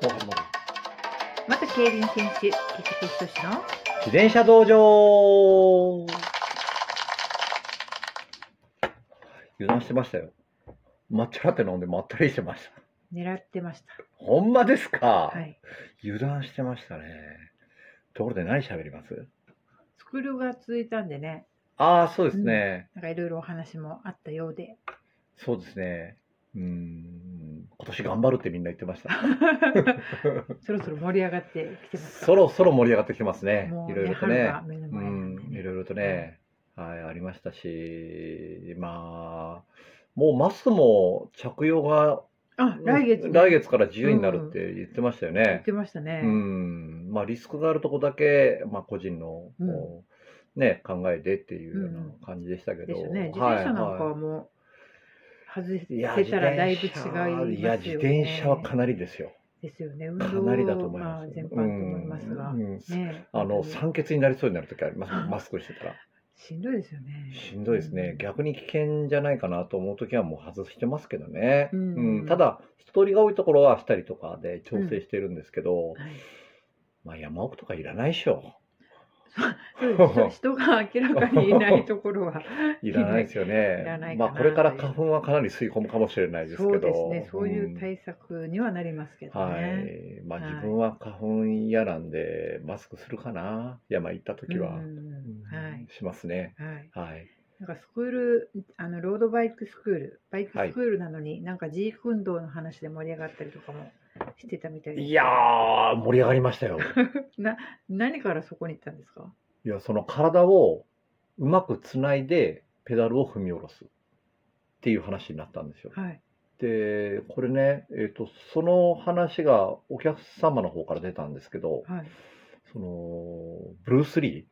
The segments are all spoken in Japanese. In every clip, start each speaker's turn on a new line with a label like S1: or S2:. S1: と始まる。
S2: 元競輪選手、菊池仁の
S1: 自転車道場油断してましたよ。抹茶ラテ飲んでまったりしてました。
S2: 狙ってました。
S1: ほんまですか、
S2: はい。
S1: 油断してましたね。ところで何喋ります
S2: スクールが続いたんでね、
S1: ああ、そうですね。
S2: なんかいろいろお話もあったようで、
S1: そうですね。うーん。今年頑張るってみんな言ってました。
S2: そろそろ盛り上がってきてますか
S1: そろそろ盛り上がってきてますね
S2: も。う
S1: いろいろと
S2: 春
S1: ね
S2: が。目の
S1: う
S2: 前なんで
S1: ん、い
S2: ね。
S1: ろいろとね、はい、ありましたし、まあ、もうマスクも着用が
S2: あ、来月、
S1: 来月から自由になるって言ってましたよ
S2: 言っ
S1: ね。
S2: てましたね。
S1: うん、まあリスクがあるとこだけ、まあ個人の、
S2: うん
S1: こうね、考えでっていうよう
S2: うん
S1: な感じでしたけど、
S2: ですよね。自
S1: はい
S2: 転車なんかはもう、外せたらだいぶ違いますよね。
S1: いや、自転車はかなりですよ。
S2: ですよね。運
S1: か
S2: 動
S1: なりだと思いま
S2: まあ
S1: す。
S2: 全般と思いますが。
S1: うんうん
S2: ね、
S1: あの、
S2: 本当に
S1: 酸欠になりそうになる時あります、マスクしてたら。
S2: しんどいですよね。
S1: しんどいですね、
S2: うん
S1: 逆に危険じゃないかなと思うときはもう外してますけどね、
S2: うん
S1: ただ人通りが多いところはしたりとかで調整してるんですけど、
S2: はい
S1: まあ、山奥とかいらないでしょ
S2: そう です人人が明らかにいないところは
S1: いらないですよね
S2: いらないか
S1: ま
S2: な
S1: あ、これから花粉はかなり吸い込むかもしれ ないですけ
S2: そ
S1: ど
S2: うですねそうい
S1: ん
S2: う対策にはなりますけど
S1: は
S2: ね、
S1: いまあ、
S2: はい
S1: 自分は花粉嫌なんでマスクするかな山行った時は、
S2: うんはい
S1: しますね
S2: はい、
S1: はい
S2: なんかスクールあのロードバイクスクールバイクスクールなのに、なんかジーク運動の話で盛り上がったりとかもしてたみたいです
S1: いやー盛り上がりましたよ
S2: な何からそこに行ったんですか
S1: いや、その体をうまくつないでペダルを踏み下ろすっていう話になったんですよ。
S2: はい
S1: で、これね、えっ、と、その話がお客様の方から出たんですけど、
S2: はい
S1: その、ブルース・リ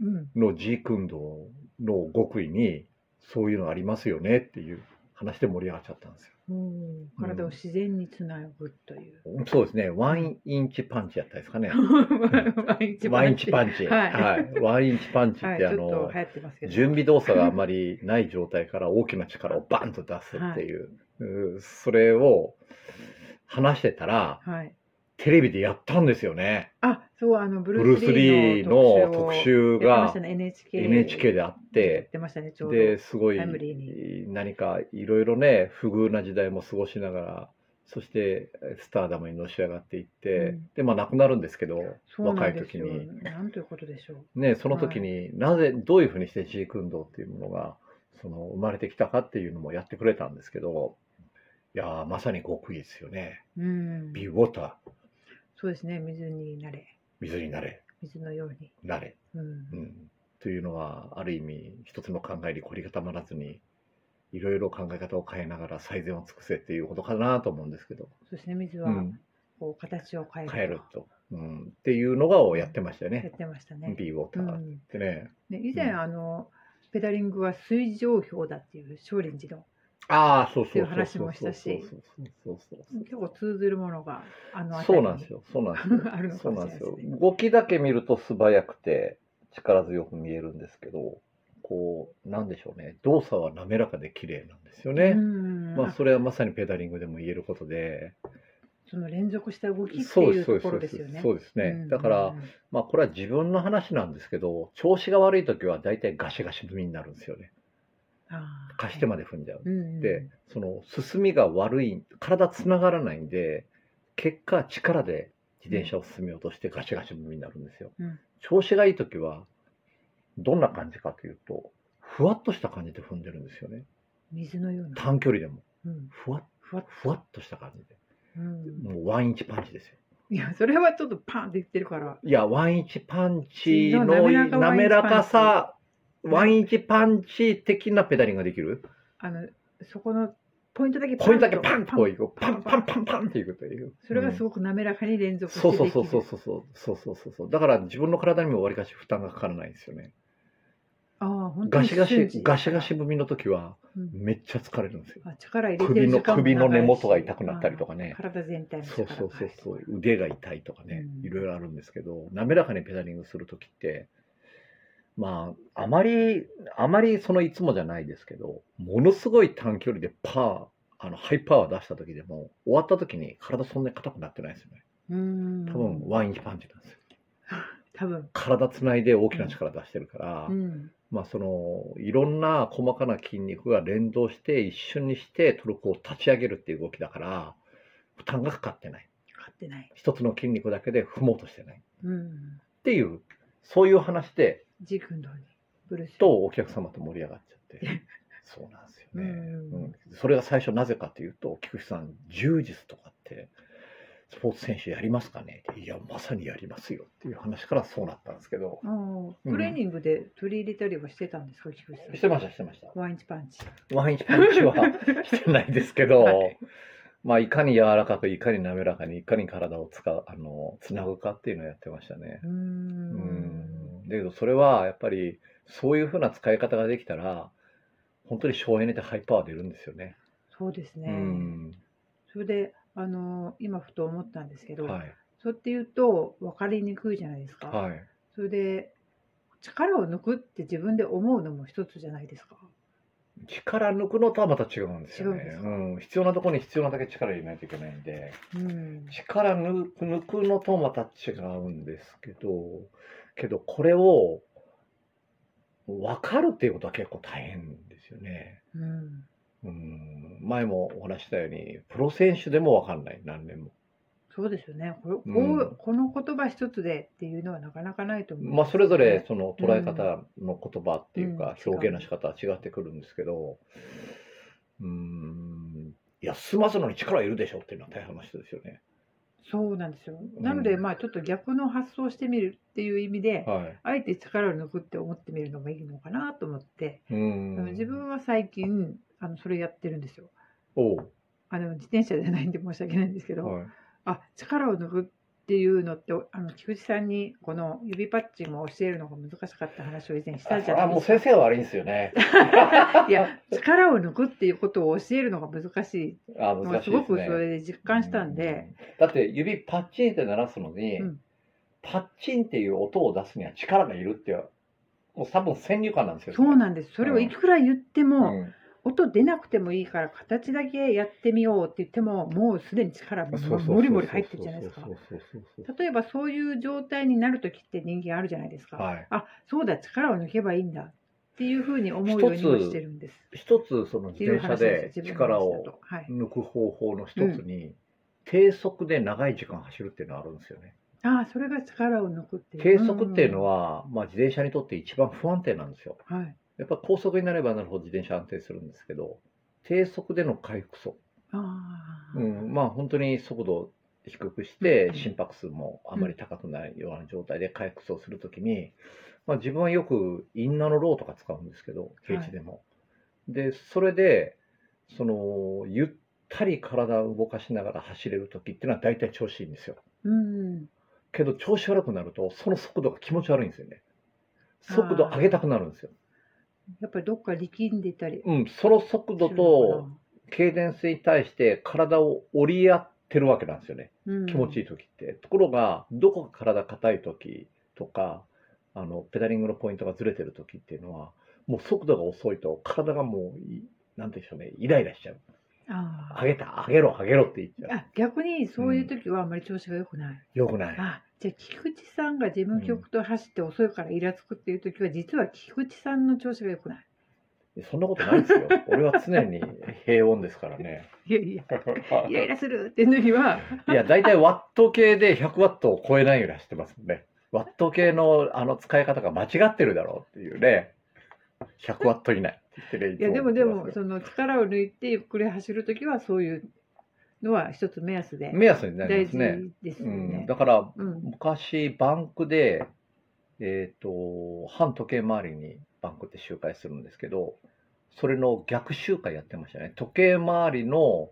S2: うん
S1: ーのジーク運動の極意に、そういうのありますよねっていう話で盛り上がっちゃったんですよ。
S2: うん体を自然につなぐ という、
S1: そうですね、ワンインチパンチやったですかね。
S2: 毎日
S1: ワンインチパンチ。
S2: はい
S1: いワンインチパンチ
S2: は
S1: っ
S2: い、
S1: て
S2: ち
S1: あ
S2: ょ
S1: の
S2: っと、流行ってますけど
S1: 準備動作があまりない状態から大きな力をバンと出すっていう、うんそれを話してたら、
S2: はい
S1: テレビでやったんですよね。
S2: あ、そう、あの、
S1: ブ
S2: ブ
S1: ル
S2: ル
S1: ー
S2: ー
S1: ス・リ
S2: ス・リ
S1: ー
S2: ー
S1: の
S2: の
S1: 特
S2: 特集
S1: 集
S2: やってま
S1: が
S2: したね NHK,
S1: NHK であっ、
S2: やっててましたね、ちょうど。
S1: ですごい
S2: タイムリー
S1: 何かいろいろね、不遇な時代も過ごしながら、そしてスターダムにのし上がっていって、
S2: うん
S1: で、まあ亡くなるんですけど、
S2: そうなんですよ
S1: 若い時
S2: なんということでしょう。
S1: ね、その時になぜ、どういうふうにしてジーク運動っていうものがその生まれてきたかっていうのもやってくれたんですけど、いやーまさに極意ですよね。
S2: うん、
S1: ビーウォーター、
S2: そうですね、水になれ、
S1: 水になれ、
S2: 水のように。
S1: なれ。
S2: うん
S1: うん、というのは、ある意味、一つの考えに凝り固まらずに、いろいろ考え方を変えながら最善を尽くせっていうことかなと思うんですけど、
S2: そうですね、水
S1: う
S2: は
S1: ん、
S2: こう形を変えると
S1: 変えると、うん。っていうのがをやってましたよ
S2: や
S1: ね
S2: っ。てましたね。
S1: ビーウォー
S2: う
S1: ターっ
S2: ん、
S1: てね。
S2: で以前、
S1: うん
S2: あの、ペダリングは水上氷だっていう少林寺の
S1: ああ、そうそう
S2: っていう話もしたし
S1: そうそうそうそうそう。
S2: 結構通ずるものがあの
S1: そうなんです
S2: よ。
S1: よ。そうなんですよ
S2: あるの
S1: そ
S2: か
S1: う
S2: も
S1: な
S2: し
S1: ん
S2: れな
S1: です
S2: いで
S1: よ
S2: すね。
S1: 動きだけ見ると素早くて力強く見えるんですけど、こう、なんでしょうね。動作は滑らかで綺麗なんですよね。
S2: うん
S1: まあ、それはまさにペダリングでも言えることで、
S2: その連続した動きって
S1: そう
S2: い
S1: で
S2: う
S1: す、そう
S2: と
S1: です、そ
S2: こ
S1: うです
S2: ろでよ
S1: す。
S2: ね
S1: そ。うです
S2: うんう
S1: ね。
S2: ん
S1: だから、まあ、これは自分の話なんですけど、調子が悪い時は大体ガシガシ踏みになるんですよね。
S2: あー
S1: 貸してまで踏んじゃう。
S2: うん
S1: で、その進みが悪い、体つながらないんで、結果、力で自転車を進めようとしてガシガシ無理になるんですよ。
S2: うん
S1: 調子がいい時は、どんな感じかというと、ふわっとした感じで踏んでるんですよね。
S2: 水のような、
S1: 短距離でも。
S2: うん、
S1: ふわっ、
S2: ふわっ
S1: ふわっとした感じで。
S2: うん、
S1: もうワンインチパンチですよ。
S2: いやそれはちょっとパンって言ってるから
S1: いや、ワンインチパンチの
S2: 滑らか
S1: 滑らかさ、ワ
S2: ワ
S1: ン
S2: ン
S1: インチパンチ的なペダリングができる
S2: あのそこのポイントだけ
S1: ポイントだ
S2: と
S1: けパンとこういく。パンパンパンパンっていくという。
S2: それがす
S1: うん
S2: ごく滑らかに連続して
S1: そうそうそう
S2: でき
S1: そ
S2: る
S1: うそうそうそうそうそうそうだから自分の体にもわりかし負担がかからないんですよね
S2: ああ本当
S1: ガ
S2: に
S1: シガ
S2: 瞬
S1: シ
S2: 時
S1: ガシガシ踏みの時は
S2: うん
S1: めっちゃ疲れるんですよ
S2: あ力入れて
S1: 首
S2: る
S1: の
S2: 時間も
S1: 首の根元が痛く
S2: 長いし
S1: なったりとかね
S2: ああ体全体の
S1: そう
S2: 力
S1: そうそうそ
S2: が入る
S1: う腕が痛いとかね
S2: うん
S1: いろいろあるんですけど滑らかにペダリングする時ってまああまりあまりそのいつもじゃないですけどものすごい短距離でパーあのハイパワー出した時でも終わった時に体そんなに硬くなってないんですよね
S2: うん
S1: 多分ワインパンチなんですよ
S2: 多分
S1: 体つないで大きな力出してるから、
S2: うん
S1: まあそのいろんな細かな筋肉が連動して一緒にしてトルコを立ち上げるっていう動きだから負担がかかってない
S2: 勝ってない、
S1: 一つの筋肉だけで踏もうとしてないっ
S2: うん、
S1: ていうそういう話で
S2: ジーク運動にブルース
S1: とお客様と盛り上がっちゃってそうなんですよ
S2: う
S1: ね。
S2: ん
S1: うん、それが最初なぜかというと菊池さん柔術とかってスポーツ選手やりますかねいやまさにやりますよっていう話からそうなったんですけど
S2: ああトレーニングで取り入れたりはしてたんですか、菊池さん
S1: してましたしてました
S2: ワインチパンチ
S1: ワインパンチはしてないですけど、
S2: はい
S1: まあいかに柔らかくいかに滑らかにいかに体を使うあのつなぐかっていうのをやってましたね
S2: うー
S1: うんんだけどそれはやっぱりそういうふうな使い方ができたら本当に省エネでハイパワー出るんですよね
S2: そうですね、
S1: うん
S2: それであの今ふと思ったんですけど、
S1: はい
S2: そうやって言うと分かりにくいじゃないですか、
S1: はい
S2: それで力を抜くって自分で思うのも一つじゃないですか
S1: 力抜くのとはまた違うんですよ
S2: 違うんで
S1: ね
S2: す。
S1: う
S2: か
S1: ん、必要なところに必要なだけ力入れないといけないんで、
S2: うん
S1: 力抜く抜くのとまた違うんですけど、けどこれを分かるっていうことは結構大変ですよね。
S2: うん
S1: うん、前もお話ししたように、プロ選手でも分かんない、何年も。
S2: そうですよねこれこう、
S1: うん
S2: この言葉一つでっていうのはなかなかないと思う、
S1: まあ、それぞれその捉え方の言葉っていうか、
S2: うん
S1: 表現の仕方は違ってくるんですけど、うん、いや、済ますのに力いるでしょっていうのは大変な人ですよね。
S2: そうなんですよ
S1: ん
S2: なので、まあちょっと逆の発想をしてみるっていう意味で、
S1: はい。
S2: あえて力を抜くって思ってみるのもいいのかなと思って、
S1: うん
S2: あの自分は最近あのそれやってるんですよ
S1: を、
S2: あの自転車じゃないんで 申し訳ないんですけど、
S1: はい
S2: あ力を抜くっていうのってあの菊池さんにこの指パッチンを教えるのが難しかった話を以前したじゃ
S1: あ
S2: ない
S1: も
S2: で
S1: う
S2: すか
S1: 先生は悪いんですよね。
S2: いや力を抜くっていうことを教えるのが難しい
S1: あ
S2: の
S1: 難し
S2: が
S1: い
S2: す
S1: で
S2: ご
S1: す
S2: くそ
S1: ね。
S2: れで実感したんで、
S1: うんだって指パッチンって鳴らすのに、
S2: うん
S1: パッチンっていう音を出すには力がいるっていうもう多分先入観なんですよ。
S2: そうなんんですそれをいくら言っても、
S1: うん
S2: 音出なくてもいいから形だけやってみようって言ってももうすでに力も
S1: そうそうそうそう
S2: もりもり入ってるじゃないですか
S1: そうそうそうそう
S2: 例えばそういう状態になる時って人間あるじゃないですか、
S1: はい。
S2: あそうだ力を抜けばいいんだっていうふうに思うようにもしてるんです
S1: 一つその
S2: って
S1: 自
S2: いう
S1: 転車
S2: 話で
S1: です
S2: 自分の
S1: 力
S2: 話だ
S1: を
S2: とはい
S1: 抜く方法の一つに、低速で長い時間走るっていうのはあるんですよね。
S2: ああそれが力を抜くっていう
S1: 低速っていうの、は、まあ自転車にとって一番不安定なんですよ。
S2: うんはい
S1: やっぱ高速になればなるほど自転車安定するんですけど、低速での回復速、
S2: ああ、
S1: うん、まあ本当に速度を低くして
S2: うん
S1: 心拍数もあまり高くないような状態で回復速するときに、まあ、自分はよくインナーのローとか使うんですけど、平地でも。で、それで、その、ゆったり体を動かしながら走れるときっていうのは大体調子いいんですよ。
S2: うん
S1: けど調子悪くなると、その速度が気持ち悪いんですよね。速度上げたくなるんですよ。
S2: やっぱりどっか力んでたり
S1: うん、その速度と軽電性に対して体を折り合ってるわけなんですよね、気持ちい
S2: い、
S1: い時って。ところが、どこか体硬い時とか、あのペダリングのポイントがずれてる時っていうのは、もう速度が遅いと、体がもうい、なんていうんでしょうね、イライラしちゃう。
S2: ああ
S1: 上げた、上げろ、上げろって言っちゃう。
S2: あ逆にそういう時はあんまり調子が良くない、
S1: よくない。
S2: あじゃあ菊池さんが事務局と走って遅いからイラつくっていう時は、実は菊池さんの調子が良くない
S1: そんなことないですよ。俺は常に平穏ですからね。
S2: い やいや イライラするっていう時はい
S1: や、大体ワット系で100ワットを超えないように走ってますもんね。ワット系のあの使い方が間違ってるだろうっていうね。100ワット以内って言ってね。
S2: いや
S1: つ
S2: でも
S1: 思っ
S2: で
S1: てます
S2: もその力を抜いてゆっくり走る時はそういうのは一つ目安で
S1: 目安になり
S2: 大
S1: ます
S2: 事
S1: ね。
S2: です
S1: う
S2: よ
S1: ん、
S2: ね。
S1: だから
S2: うん
S1: 昔バンクで、えっ、と、反時計回りにバンクって周回するんですけど、それの逆周回やってましたね。時計回りの、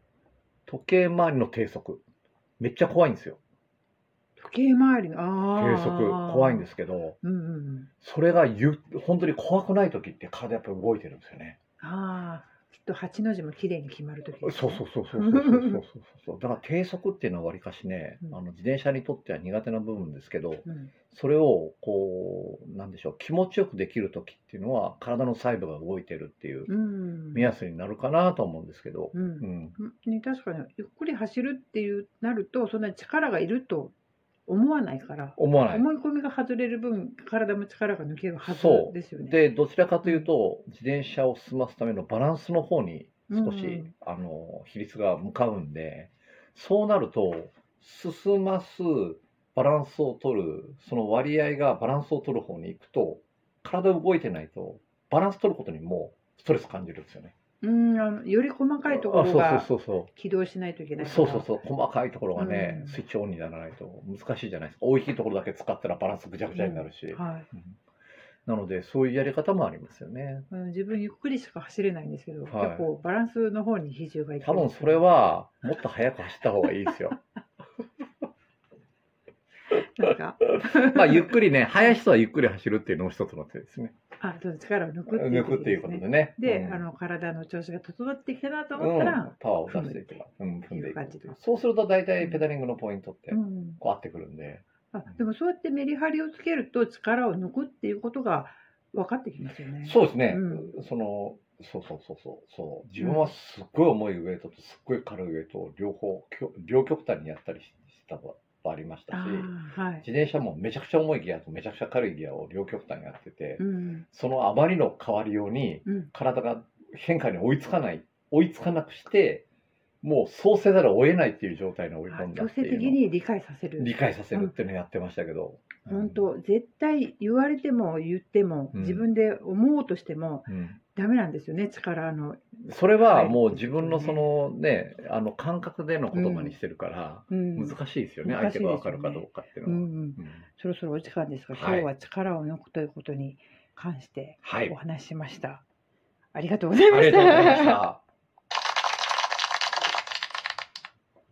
S1: 時計回りの低速。めっちゃ怖いんですよ。
S2: 時計回りのあー
S1: 低速。怖いんですけど。
S2: うんうんうん
S1: それがゆ本当に怖くない時って体やっぱり動いてるんですよね。
S2: ああきっと八の字も綺麗に決まる時
S1: そうそうそうそうそうそうそうそうそうだから低速っていうのはわりかしね、
S2: うん
S1: あの自転車にとっては苦手な部分ですけど
S2: う、うん、
S1: それをこうなんでしょう気持ちよくできる時っていうのは体の細部が動いてるっていう
S2: うん
S1: 目安になるかなと思うんですけど、
S2: う
S1: うんん、
S2: ね、確かにゆっくり走るっていうなるとそんなに力がいると思わないから、
S1: 思わない。
S2: 思い込みが外れる分体も力が抜けるはず
S1: そう
S2: ですよね。
S1: でどちらかというと自転車を進ますためのバランスの方に少し、
S2: うん
S1: あの比率が向かうんでそうなると進ますバランスを取るその割合がバランスを取る方に行くと体動いてないとバランス取ることにもストレス感じるんですよね。
S2: うんあのより細かいところ
S1: あ
S2: が
S1: そうそう
S2: 起動しないといけ
S1: そ
S2: な
S1: う
S2: いから
S1: そうそうそう細かいところがね、
S2: うん
S1: スイッチオンにならないと難しいじゃないですか大きいところだけ使ったらバランスぐちゃぐちゃになるし、
S2: はい
S1: うんなのでそういうやり方もありますよね。
S2: あの、自分ゆっくりしか走れないんですけど、
S1: はい
S2: 結構バランスの方に比重がいって
S1: 多分それはもっと速く走った方がいいです よ。
S2: なんか
S1: まあゆっくりね、速い人はゆっくり走るっていうのも一つの手ですね。
S2: あそう力を抜く
S1: 抜くっていうことでね。
S2: で、
S1: うん
S2: あの体の調子が整ってきたなと
S1: う
S2: 思ったら
S1: ん、、パワーを出していけば、うん、踏んでいく
S2: っていう感じだ
S1: そうすると大体ペダリングのポイントって
S2: うん
S1: こう合ってくるんで、
S2: あでもそうやってメリハリをつけると力を抜くっていうことが分かってきますよね。
S1: そうですね、
S2: う
S1: そのそうそうそうそうそう自分はすっごい重いウエイトとすっごい軽いウエイトを両方きょ両極端にやったりした場合ありましたし
S2: あーはい。
S1: 自転車もめちゃくちゃ重いギアとめちゃくちゃ軽いギアを両極端にやってて、
S2: うん
S1: そのあまりの変わりように
S2: うん
S1: 体が変化に追いつかない追いつかなくしてもうそうせざるを得ないっていう状態に追い
S2: あ
S1: 込んだ
S2: 強
S1: って
S2: 制
S1: いう
S2: 的
S1: のを
S2: に理解させる。
S1: 理解させるっていうのをやってましたけど、
S2: 本当絶対言われても言っても、
S1: うん
S2: 自分で思おうとしても
S1: うん
S2: ダメなんですよね力の。
S1: それはもう自分のそのねあの感覚での言葉にしてるから
S2: うん
S1: 難しいですよね、
S2: 難
S1: 相
S2: しいです
S1: 手
S2: よね
S1: が分かるかどうかっていう
S2: う
S1: のは、
S2: んうん、
S1: うん
S2: そろそろお時間ですが、
S1: はい
S2: 今日は力を抜くということに関して
S1: はい
S2: お話ししました。ありがとうござい
S1: あ
S2: ま
S1: り
S2: し
S1: がとうございま
S2: た
S1: し。た